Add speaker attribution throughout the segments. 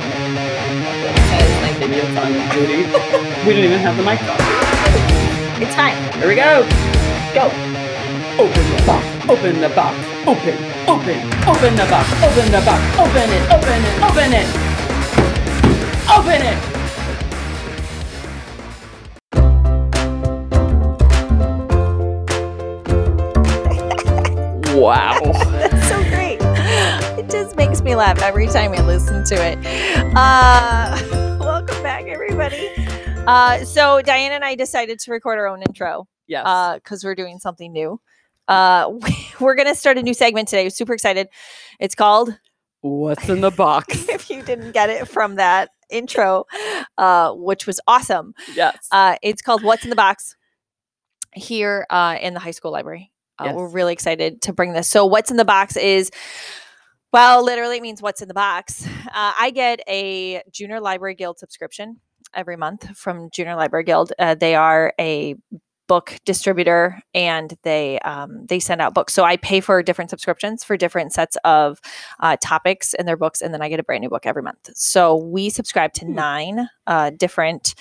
Speaker 1: It's like video song with Judy. we don't even have the mic on.
Speaker 2: It's fine.
Speaker 1: Here we go. Go. Open the box. Open the box. Open. Open. Open the box. Open the box. Open it. Open it. Open it. Open it. Wow.
Speaker 2: That's so great. It just makes me laugh every time I listen to it. Uh, welcome back, everybody. Uh, so Diane and I decided to record our own intro
Speaker 1: Yes.
Speaker 2: because we're doing something new. Uh, we're gonna start a new segment today. Super excited. It's called
Speaker 1: What's in the box?
Speaker 2: if you didn't get it from that intro, uh, which was awesome.
Speaker 1: yes.
Speaker 2: Uh, it's called What's in the Box here uh, in the high school library. Uh, We're
Speaker 1: Yes.
Speaker 2: really excited to bring this. So, What's in the Box is, well, literally it means what's in the box. Uh, I get a Junior Library Guild subscription every month from Junior Library Guild. Uh, they are a book distributor and they um, they send out books so i pay for different subscriptions for different sets of uh, topics in their books and then i get a brand new book every month so we subscribe to
Speaker 1: Hmm.
Speaker 2: nine uh, different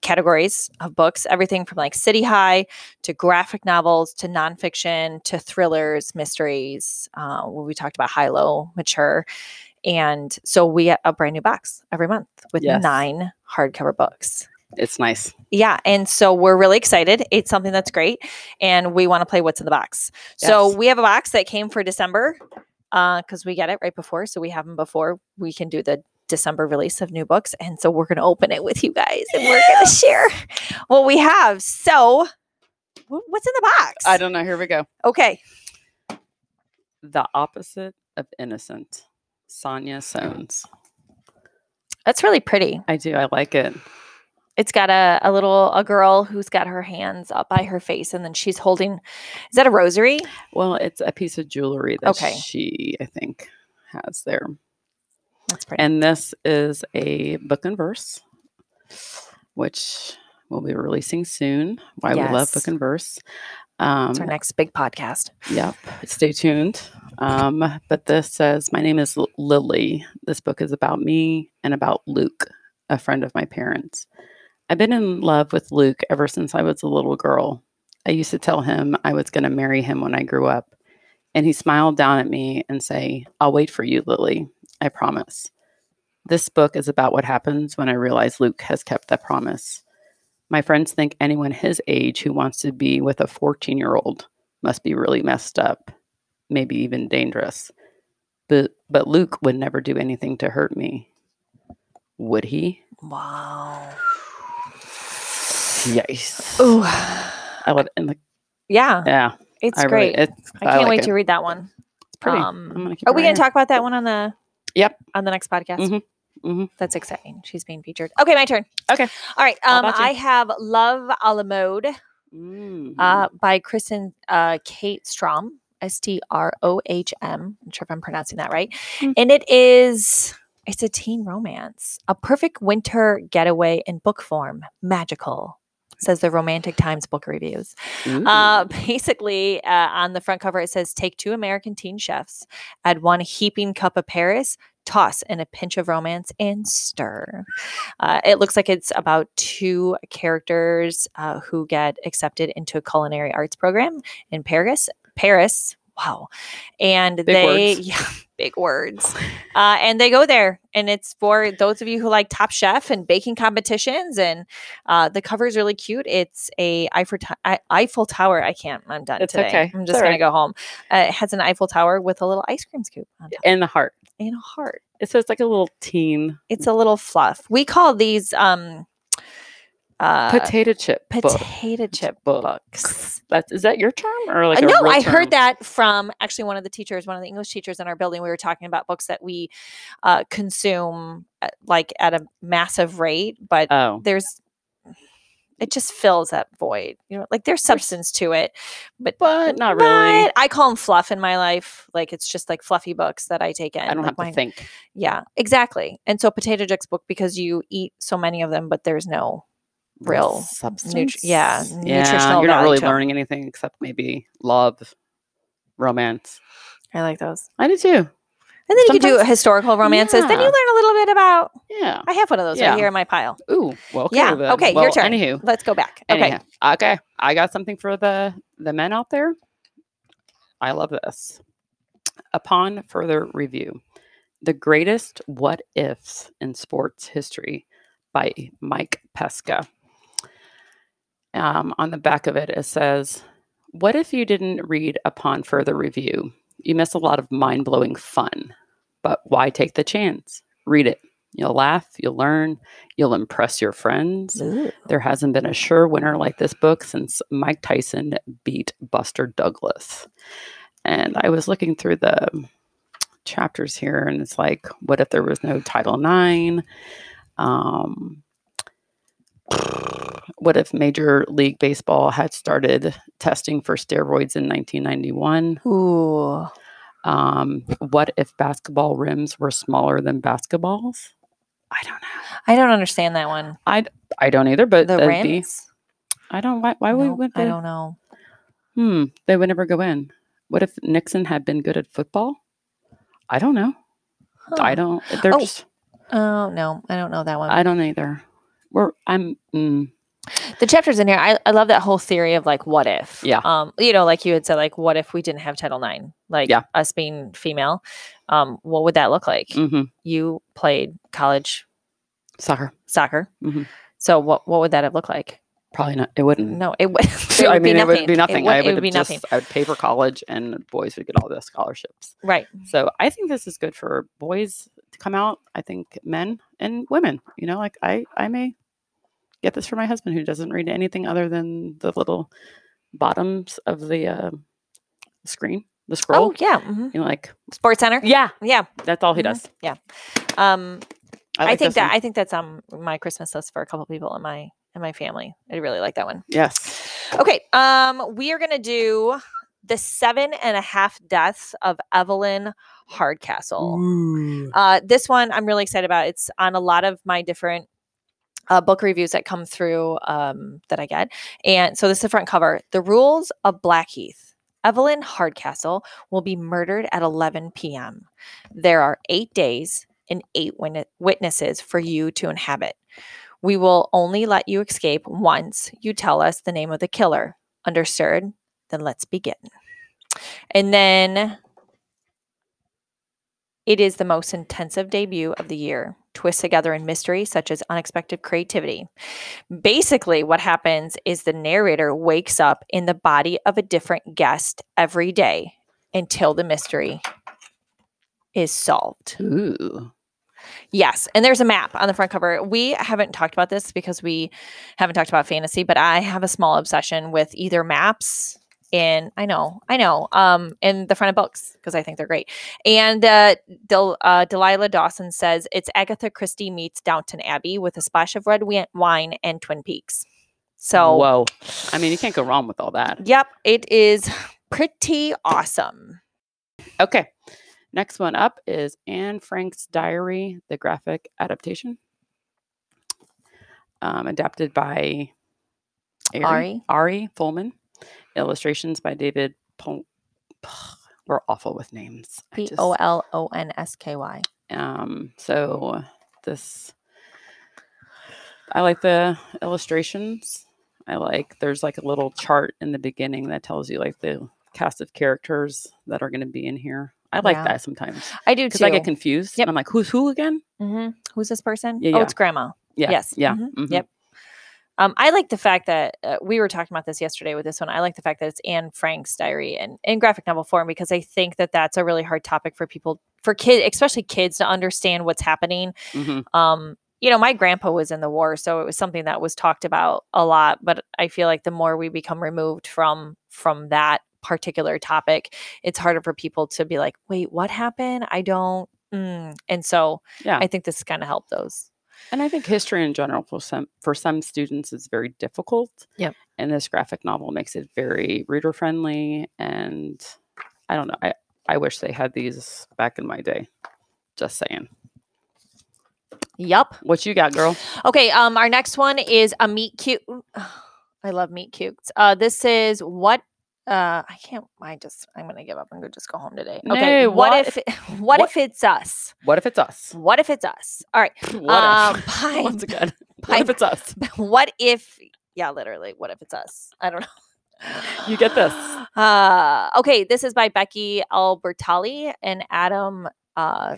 Speaker 2: categories of books everything from like city high to graphic novels to nonfiction to thrillers mysteries uh, where we talked about high low mature and so we get a brand new box every month with
Speaker 1: Yes.
Speaker 2: nine hardcover books
Speaker 1: it's nice.
Speaker 2: yeah. And so we're really excited. It's something that's great. And we want to play what's in the box. So
Speaker 1: Yes.
Speaker 2: we have a box that came for December because we get it right before. So we have them before we can do the December release of new books. And so we're going to open it with you guys and we're going to share what we have. So wh- what's in the box?
Speaker 1: I don't know. Here we go.
Speaker 2: Okay.
Speaker 1: The opposite of innocent.
Speaker 2: Oh.
Speaker 1: Sonia Sones.
Speaker 2: That's really pretty.
Speaker 1: I do. I like it.
Speaker 2: It's got a, a little a girl who's got her hands up by her face and then she's holding is that a rosary?
Speaker 1: Well, it's a piece of jewelry that
Speaker 2: Okay.
Speaker 1: she, I think, has there.
Speaker 2: That's pretty.
Speaker 1: And this is a book and verse, which we'll be releasing soon. Why we love
Speaker 2: Yes.
Speaker 1: book and verse. Um,
Speaker 2: It's our next big podcast.
Speaker 1: Yep. Stay tuned. Um, but this says, My name is L- Lily. This book is about me and about Luke, a friend of my parents. I've been in love with Luke ever since I was a little girl. I used to tell him I was going to marry him when I grew up. And he smiled down at me and say, I'll wait for you, Lily. I promise. This book is about what happens when I realize Luke has kept that promise. My friends think anyone his age who wants to be with a 14 year old must be really messed up, maybe even dangerous. But but Luke would never do anything to hurt me. Would he?
Speaker 2: Wow.
Speaker 1: Yes.
Speaker 2: Ooh.
Speaker 1: I would, and like,
Speaker 2: Yeah,
Speaker 1: yeah,
Speaker 2: it's
Speaker 1: I really-
Speaker 2: great.
Speaker 1: it's, uh,
Speaker 2: I can't
Speaker 1: like
Speaker 2: wait
Speaker 1: it.
Speaker 2: to read that one.
Speaker 1: It's pretty.
Speaker 2: Um,
Speaker 1: I'm gonna keep
Speaker 2: are
Speaker 1: it
Speaker 2: we
Speaker 1: right
Speaker 2: going to talk about that one on the?
Speaker 1: Yep.
Speaker 2: On the next podcast.
Speaker 1: mhm.
Speaker 2: That's exciting. She's being featured. Okay, my turn.
Speaker 1: Okay.
Speaker 2: All right.
Speaker 1: All
Speaker 2: Um,
Speaker 1: about you.
Speaker 2: I have "Love a la Mode"
Speaker 1: here.
Speaker 2: uh, by Kristen uh, Kate Strom. S T R O H M. I'm sure if I'm pronouncing that right.
Speaker 1: Mm.
Speaker 2: And it is it's a teen romance, a perfect winter getaway in book form, magical. Says the Romantic Times book reviews.
Speaker 1: Ooh.
Speaker 2: Uh, basically, uh, on the front cover, it says take two American teen chefs, add one heaping cup of Paris, toss in a pinch of romance, and stir. Uh, it looks like it's about two characters uh, who get accepted into a culinary arts program in Paris. Paris. Wow. And they,
Speaker 1: words.
Speaker 2: yeah, big words. Uh, and they go there. And it's for those of you who like Top Chef and baking competitions and uh, the cover is really cute. It's a Eiffel, t- I- Eiffel Tower. I can't. I'm done
Speaker 1: It's
Speaker 2: today.
Speaker 1: okay.
Speaker 2: I'm
Speaker 1: It's
Speaker 2: just
Speaker 1: all
Speaker 2: gonna
Speaker 1: right.
Speaker 2: go home. Uh, it has an Eiffel Tower with a little ice cream scoop on top
Speaker 1: and the heart.
Speaker 2: and a heart.
Speaker 1: It says like a little teen
Speaker 2: It's a little fluff. We call these um, uh,
Speaker 1: potato chip. book.
Speaker 2: potato chip
Speaker 1: book.
Speaker 2: books.
Speaker 1: That's is that your term or like
Speaker 2: Uh,
Speaker 1: a
Speaker 2: no,
Speaker 1: real
Speaker 2: I
Speaker 1: term?
Speaker 2: heard that from actually one of the teachers, one of the English teachers in our building. We were talking about books that we uh, consume uh, like at a massive rate, but
Speaker 1: Oh,
Speaker 2: there's it just fills that void you know like there's substance to it but
Speaker 1: but Uh, not really.
Speaker 2: but i call them fluff in my life like it's just like fluffy books that i take in
Speaker 1: I don't
Speaker 2: like
Speaker 1: have
Speaker 2: mine-
Speaker 1: to think.
Speaker 2: yeah exactly and so potato chicks book because you eat so many of them but there's no real
Speaker 1: substance.
Speaker 2: yeah,
Speaker 1: yeah.
Speaker 2: nutritional
Speaker 1: You're not
Speaker 2: value
Speaker 1: really
Speaker 2: to 'em.
Speaker 1: learning anything except maybe love, romance.
Speaker 2: i like those
Speaker 1: I do too.
Speaker 2: And then you could do
Speaker 1: Sometimes-
Speaker 2: historical romances. Then you
Speaker 1: Yeah.
Speaker 2: learn a little bit about.
Speaker 1: Yeah.
Speaker 2: I have one of those
Speaker 1: Yeah.
Speaker 2: right here in my pile.
Speaker 1: Ooh. Well. Okay,
Speaker 2: Yeah,
Speaker 1: then.
Speaker 2: okay, your
Speaker 1: Well,
Speaker 2: turn.
Speaker 1: Anywho.
Speaker 2: Let's go back. Okay.
Speaker 1: Okay. Okay. I got something for the the men out there. I love this. Upon further review, the greatest what ifs in sports history by Mike Pesca. Um, on the back of it, it says, "What if you didn't read upon further review? You miss a lot of mind blowing fun. But why take the chance? Read it. You'll laugh. You'll learn. You'll impress your friends." There hasn't been a sure winner like this book since Mike Tyson beat Buster Douglas. And I was looking through the chapters here, and it's like, what if there was no Title IX? Um, what if Major League Baseball had started testing for steroids in 1991?
Speaker 2: Ooh.
Speaker 1: Um, what if basketball rims were smaller than basketballs? I don't know.
Speaker 2: I don't understand that one.
Speaker 1: I don't either, but
Speaker 2: the
Speaker 1: that'd be-
Speaker 2: rims?
Speaker 1: I don't. Why, why would
Speaker 2: Nope,
Speaker 1: would
Speaker 2: I
Speaker 1: the-
Speaker 2: don't know.
Speaker 1: Hmm, they would never go in. What if Nixon had been good at football? I don't know. I
Speaker 2: Huh.
Speaker 1: don't. They're
Speaker 2: Oh.
Speaker 1: just,
Speaker 2: Oh no, I don't know that one.
Speaker 1: I don't either. We're I'm mm,
Speaker 2: the chapters in here, I, I love that whole theory of like what if.
Speaker 1: Yeah.
Speaker 2: Um, you know, like you had said, like what if we didn't have Title IX? Like
Speaker 1: Yeah.
Speaker 2: us being female, um, what would that look like?
Speaker 1: mhm,
Speaker 2: You played college
Speaker 1: soccer.
Speaker 2: soccer,
Speaker 1: Mhm.
Speaker 2: so what what would that have looked like?
Speaker 1: Probably not. It wouldn't.
Speaker 2: No, it would. it
Speaker 1: Mm. I
Speaker 2: would be
Speaker 1: mean, it would be nothing.
Speaker 2: It would,
Speaker 1: I
Speaker 2: it would be
Speaker 1: just,
Speaker 2: nothing.
Speaker 1: I would pay for college, and boys would get all the scholarships.
Speaker 2: Right.
Speaker 1: So I think this is good for boys to come out. I think men and women. You know, like I, I may get this for my husband who doesn't read anything other than the little bottoms of the uh, screen, the scroll.
Speaker 2: Oh yeah. hmm
Speaker 1: You're like,
Speaker 2: Sports Center.
Speaker 1: yeah,
Speaker 2: Yeah.
Speaker 1: that's all he
Speaker 2: Mhm.
Speaker 1: does.
Speaker 2: Um, I,
Speaker 1: like
Speaker 2: think
Speaker 1: this one.
Speaker 2: that I think that's on my Christmas list for a couple people in my in my family. I really like that one.
Speaker 1: yes.
Speaker 2: Okay, um, we are gonna do the seven and a half deaths of Evelyn Hardcastle. Uh, this one I'm really excited about. It's on a lot of my different uh, book reviews that come through um, that I get, and so this is the front cover: "The Rules of Blackheath." Evelyn Hardcastle will be murdered at 11 p.m. There are eight days and eight win- witnesses for you to inhabit. We will only let you escape once you tell us the name of the killer. Understood? Then let's begin. And then it is the most intensive debut of the year. Twists together in mystery, such as unexpected creativity. Basically, what happens is the narrator wakes up in the body of a different guest every day until the mystery is solved.
Speaker 1: Ooh.
Speaker 2: Yes. And there's a map on the front cover. We haven't talked about this because we haven't talked about fantasy, but I have a small obsession with either maps and I know, I know, um, in the front of books because I think they're great. And uh, Del- uh, Delilah Dawson says it's Agatha Christie meets Downton Abbey with a splash of red wi- wine and Twin Peaks. So,
Speaker 1: whoa. I mean, you can't go wrong with all that.
Speaker 2: yep, it is pretty awesome.
Speaker 1: Okay. Next one up is Anne Frank's Diary, the graphic adaptation, um, adapted by Ari,
Speaker 2: Ari.
Speaker 1: Ari Fullman. Illustrations by David. Pon- We're awful with names. I
Speaker 2: P
Speaker 1: just-
Speaker 2: O L O N S K Y.
Speaker 1: Um, so this, I like the illustrations. I like there's like a little chart in the beginning that tells you like the cast of characters that are going to be in here. I like
Speaker 2: Yeah.
Speaker 1: that sometimes
Speaker 2: I do
Speaker 1: because
Speaker 2: too.
Speaker 1: I get confused.
Speaker 2: Yep.
Speaker 1: And I'm like, who's who again?
Speaker 2: hmm Who's this person?
Speaker 1: Yeah,
Speaker 2: Oh,
Speaker 1: yeah.
Speaker 2: it's Grandma.
Speaker 1: Yeah.
Speaker 2: Yes.
Speaker 1: Yeah.
Speaker 2: Mhm.
Speaker 1: mhm.
Speaker 2: Yep. Um, I like the fact that uh, we were talking about this yesterday with this one. I like the fact that it's Anne Frank's diary and in graphic novel form because I think that that's a really hard topic for people, for kids, especially kids, to understand what's happening.
Speaker 1: mhm.
Speaker 2: Um, you know, my grandpa was in the war, so it was something that was talked about a lot. But I feel like the more we become removed from from that particular topic, it's harder for people to be like, "Wait, what happened? I don't." Mm. And so,
Speaker 1: Yeah.
Speaker 2: I think this kind of helped those.
Speaker 1: And I think history in general for some for some students is very difficult.
Speaker 2: Yep.
Speaker 1: And this graphic novel makes it very reader friendly and I don't know. I, I wish they had these back in my day. Just saying.
Speaker 2: Yup.
Speaker 1: What you got, girl?
Speaker 2: Okay, um, our next one is a meat cute. I love meat cutes. Uh, this is what Uh, I can't. I just. I'm gonna give up and go just go home today.
Speaker 1: No,
Speaker 2: Okay. what,
Speaker 1: what
Speaker 2: if? What,
Speaker 1: what-
Speaker 2: if it's us?
Speaker 1: What if it's us?
Speaker 2: What if it's us? All right.
Speaker 1: What
Speaker 2: uh,
Speaker 1: if?
Speaker 2: pine-
Speaker 1: Once again, what
Speaker 2: pipe-
Speaker 1: if it's us?
Speaker 2: what if? Yeah, literally. What if it's us? I don't know.
Speaker 1: You get this.
Speaker 2: Uh, okay. This is by Becky Albertalli and Adam uh,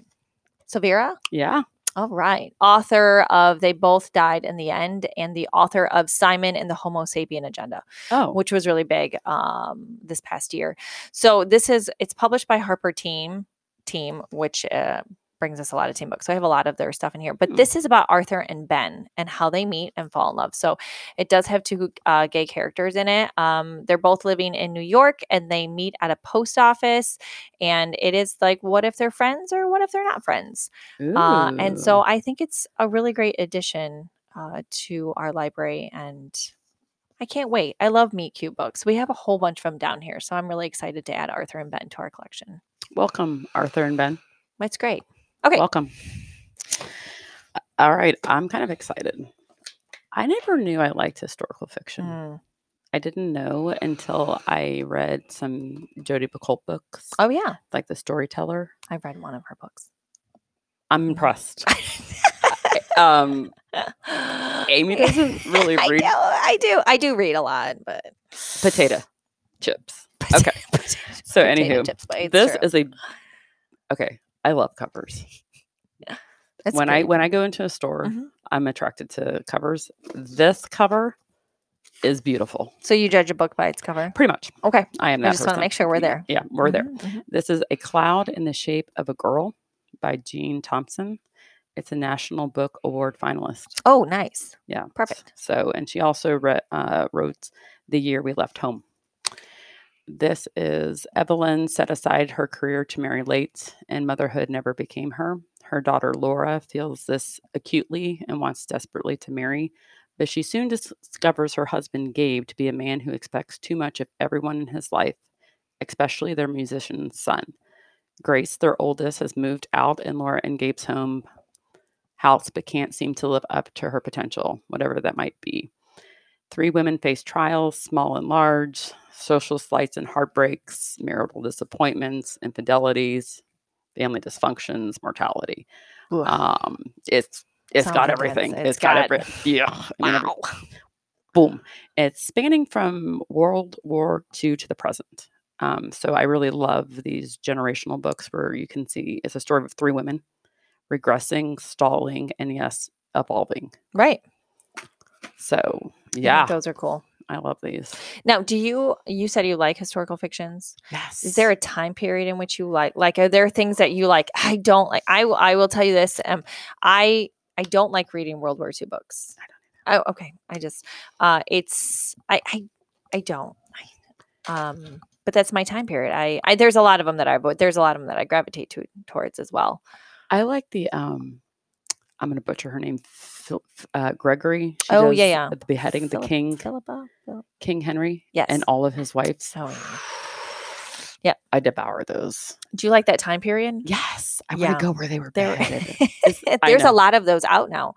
Speaker 2: Severa.
Speaker 1: Yeah.
Speaker 2: All right. Author of They Both Died in the End and the author of Simon and the Homo Sapien Agenda,
Speaker 1: Oh.
Speaker 2: which was really big um, this past year. So this is it's published by Harper Team Team, which uh, brings us a lot of team books. So I have a lot of their stuff in here. But
Speaker 1: Hmm.
Speaker 2: this is about Arthur and Ben and how they meet and fall in love. So it does have two uh, gay characters in it. Um, they're both living in New York and they meet at a post office. And it is like, what if they're friends or what if they're not friends? Uh, and so I think it's a really great addition uh, to our library, and I can't wait. I love Meet Cute books. We have a whole bunch from down here, so I'm really excited to add Arthur and Ben to our collection.
Speaker 1: welcome, Arthur and Ben.
Speaker 2: That's great. Okay.
Speaker 1: Welcome. All right. I'm kind of excited. I never knew I liked historical fiction.
Speaker 2: Mm.
Speaker 1: I didn't know until I read some Jodi Picoult books,
Speaker 2: Oh yeah,
Speaker 1: like The Storyteller.
Speaker 2: I read one of her books. Mm.
Speaker 1: I'm impressed. um, Amy doesn't really
Speaker 2: I
Speaker 1: read
Speaker 2: do. I do. I do read a lot, but
Speaker 1: potato chips. Okay.
Speaker 2: Potato-
Speaker 1: So,
Speaker 2: potato
Speaker 1: anywho,
Speaker 2: chips, but it's
Speaker 1: this
Speaker 2: true.
Speaker 1: is a okay. I love covers.
Speaker 2: It's
Speaker 1: when I
Speaker 2: pretty.
Speaker 1: when I go into a store,
Speaker 2: Mhm.
Speaker 1: I'm attracted to covers. This cover is beautiful.
Speaker 2: so you judge a book by its cover.
Speaker 1: Pretty much.
Speaker 2: Okay.
Speaker 1: I am
Speaker 2: I
Speaker 1: that
Speaker 2: just want
Speaker 1: person.
Speaker 2: to make sure we're there.
Speaker 1: Yeah, we're there.
Speaker 2: Mhm, mhm.
Speaker 1: This is A Cloud in the Shape of a Girl by Jean Thompson. It's a National Book Award finalist.
Speaker 2: Oh, nice.
Speaker 1: Yeah. s-
Speaker 2: Perfect.
Speaker 1: So, and she also re- uh, wrote The Year We Left Home. This is Evelyn set aside her career to marry late, and motherhood never became her. Her daughter Laura feels this acutely and wants desperately to marry, but she soon dis- discovers her husband Gabe to be a man who expects too much of everyone in his life, especially their musician son. Grace, their oldest, has moved out in Laura and Gabe's home house, but can't seem to live up to her potential, whatever that might be. Three women face trials, small and large, social slights and heartbreaks, marital disappointments, infidelities, family dysfunctions, mortality.
Speaker 2: Ugh.
Speaker 1: Um, it's it's
Speaker 2: Sounds
Speaker 1: got
Speaker 2: intense.
Speaker 1: everything.
Speaker 2: It's
Speaker 1: it's got,
Speaker 2: got-
Speaker 1: everything. Yeah, I mean, every-
Speaker 2: wow.
Speaker 1: boom. It's spanning from World War II to the present. Um, so I really love these generational books where you can see it's a story of three women regressing, stalling, and yes, evolving.
Speaker 2: Right.
Speaker 1: So
Speaker 2: I think
Speaker 1: yeah,
Speaker 2: Those are cool.
Speaker 1: I love these.
Speaker 2: Now, do you you said you like historical fictions?
Speaker 1: Yes.
Speaker 2: Is there a time period in which you like like are there things that you like I don't like I will I will tell you this um I I don't like reading World War II books. I don't. Oh, okay. I just uh it's I I I don't. I, um but that's my time period. I, I there's a lot of them that I but there's a lot of them that I gravitate to towards as well.
Speaker 1: I like the um. I'm gonna butcher her name. Phil, uh, Gregory. She
Speaker 2: Oh, yeah,
Speaker 1: does
Speaker 2: yeah.
Speaker 1: The beheading of the
Speaker 2: Philip-
Speaker 1: king,
Speaker 2: Philippa. Phil-
Speaker 1: King Henry.
Speaker 2: Yes.
Speaker 1: And all of his wives.
Speaker 2: Oh, yeah. Yep.
Speaker 1: I devour those.
Speaker 2: Do you like that time period?
Speaker 1: Yes. I
Speaker 2: Yeah.
Speaker 1: want to go where they were
Speaker 2: There,
Speaker 1: beheaded. I
Speaker 2: there's a
Speaker 1: know.
Speaker 2: lot of those out now.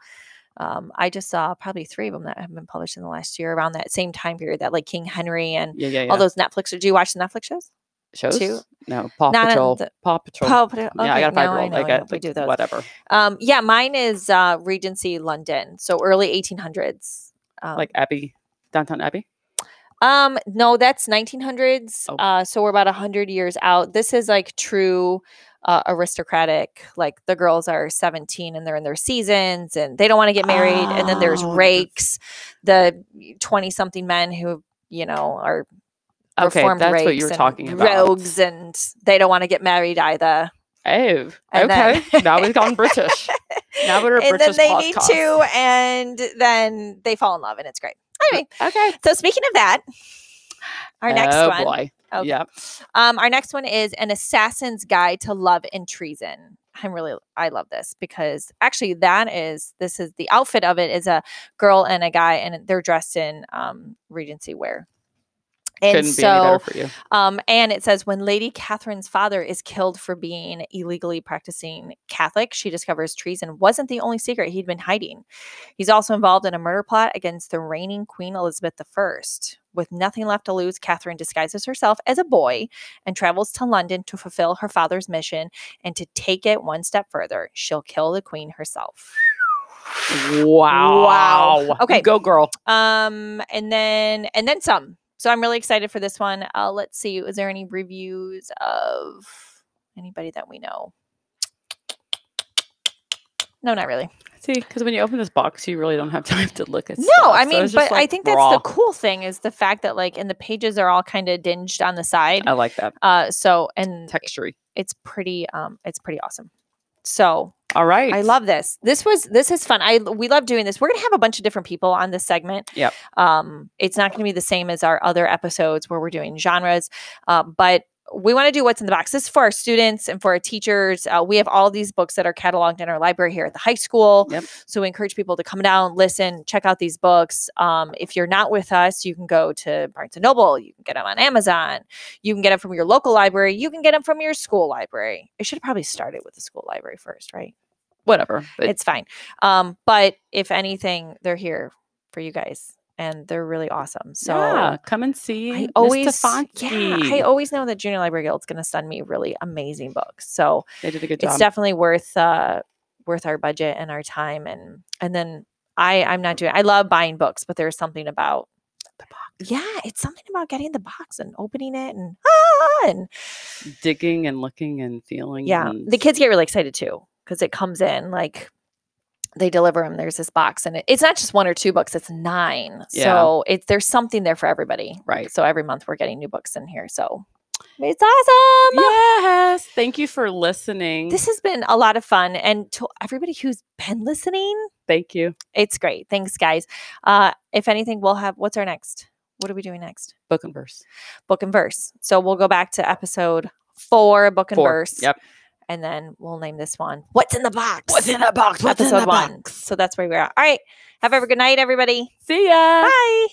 Speaker 2: Um, I just saw probably three of them that have been published in the last year around that same time period, that like King Henry and
Speaker 1: yeah, yeah, yeah.
Speaker 2: all those Netflix. Do you watch the Netflix shows?
Speaker 1: shows.
Speaker 2: two-
Speaker 1: No, Paw
Speaker 2: not on
Speaker 1: Patrol.
Speaker 2: the-
Speaker 1: Paw Patrol.
Speaker 2: Oh, but, uh,
Speaker 1: yeah, I
Speaker 2: okay,
Speaker 1: got a
Speaker 2: no, I
Speaker 1: five year old.
Speaker 2: know,
Speaker 1: Like,
Speaker 2: I
Speaker 1: I
Speaker 2: know, we
Speaker 1: like uh
Speaker 2: do those.
Speaker 1: whatever.
Speaker 2: Um, yeah, mine is uh, Regency London, so early 1800s. Um,
Speaker 1: Like Abbey, Downtown Abbey.
Speaker 2: um, no, that's 1900s.
Speaker 1: Oh.
Speaker 2: Uh, so we're about 100 years out. This is like true uh, aristocratic. Like the girls are 17 and they're in their seasons and they don't want to get married. and then there's
Speaker 1: Oh, that's-
Speaker 2: rakes, the 20 something men who, you know, are
Speaker 1: Okay,
Speaker 2: reformed
Speaker 1: that's
Speaker 2: rapes
Speaker 1: what you were
Speaker 2: and
Speaker 1: talking about.
Speaker 2: rogues and they don't want to get married either.
Speaker 1: Oh,
Speaker 2: And then-
Speaker 1: okay. now we've gone British. Now we're a
Speaker 2: and
Speaker 1: British
Speaker 2: then they need
Speaker 1: podcast.
Speaker 2: to, and then they fall in love, and it's great. Anyway,
Speaker 1: Okay.
Speaker 2: so speaking of that, our next
Speaker 1: oh,
Speaker 2: one.
Speaker 1: boy.
Speaker 2: Okay.
Speaker 1: Yep.
Speaker 2: Um, our next one is an assassin's guide to love and treason. I'm really I love this because actually that is this is the outfit of it is a girl and a guy and they're dressed in um Regency wear. And
Speaker 1: Couldn't
Speaker 2: so
Speaker 1: be any better for you.
Speaker 2: um, and it says when Lady Catherine's father is killed for being illegally practicing Catholic, she discovers treason wasn't the only secret he'd been hiding. He's also involved in a murder plot against the reigning Queen Elizabeth I. With nothing left to lose, Catherine disguises herself as a boy and travels to London to fulfill her father's mission and to take it one step further. She'll kill the queen herself.
Speaker 1: Wow.
Speaker 2: Okay.
Speaker 1: Go, girl.
Speaker 2: Um, and then and then some. So I'm really excited for this one. Uh, let's see. Is there any reviews of anybody that we know? No, not really.
Speaker 1: See, because when you open this box, you really don't have time to look at.
Speaker 2: No,
Speaker 1: stuff.
Speaker 2: I
Speaker 1: So
Speaker 2: mean,
Speaker 1: it's just,
Speaker 2: but I
Speaker 1: like,
Speaker 2: think that's
Speaker 1: raw.
Speaker 2: the cool thing is the fact that like, and the pages are all kind of dinged on the side.
Speaker 1: I like that
Speaker 2: Uh, so and
Speaker 1: texture.
Speaker 2: it's pretty, um, it's pretty awesome. So
Speaker 1: All right.
Speaker 2: I love this. This was this is fun. I we love doing this. We're gonna have a bunch of different people on this segment.
Speaker 1: Yep.
Speaker 2: Um, it's not gonna be the same as our other episodes where we're doing genres, uh, but we want to do what's in the box. This is for our students and for our teachers. Uh, we have all these books that are cataloged in our library here at the high school.
Speaker 1: Yep.
Speaker 2: So we encourage people to come down, listen, check out these books. Um, if you're not with us, you can go to Barnes and Noble. You can get them on Amazon. You can get them from your local library. You can get them from your school library. I should have probably started with the school library first, right?
Speaker 1: Whatever. But
Speaker 2: it's fine. Um, but if anything, they're here for you guys, and they're really awesome. So
Speaker 1: yeah, come and see.
Speaker 2: I
Speaker 1: Miss
Speaker 2: always, yeah,
Speaker 1: Stefanski.
Speaker 2: I always know that Junior Library Guild's going to send me really amazing books. So
Speaker 1: they did a good
Speaker 2: it's
Speaker 1: job.
Speaker 2: definitely worth uh, worth our budget and our time, and and then I I'm not doing. I love buying books, but there's something about
Speaker 1: The
Speaker 2: yeah, it's something about getting the box and opening it and ah, and
Speaker 1: Digging and looking and feeling.
Speaker 2: yeah,
Speaker 1: and
Speaker 2: the kids get really excited too because it comes in like they deliver them. There's this box, and it, it's not just one or two books; it's nine.
Speaker 1: Yeah.
Speaker 2: So it's there's something there for everybody.
Speaker 1: Right.
Speaker 2: So every month we're getting new books in here. So it's awesome.
Speaker 1: Yes. Thank you for listening.
Speaker 2: This has been a lot of fun, and to everybody who's been listening,
Speaker 1: Thank you.
Speaker 2: it's great. Thanks, guys. Uh, if anything, we'll have what's our next? What are we doing next?
Speaker 1: Book and verse.
Speaker 2: Book and verse. So we'll go back to episode four, book and
Speaker 1: Four.
Speaker 2: verse.
Speaker 1: Yep.
Speaker 2: and then we'll name this one What's in the Box?
Speaker 1: the box?
Speaker 2: episode one. So that's where we are. All right. Have a good night, everybody.
Speaker 1: See ya.
Speaker 2: Bye.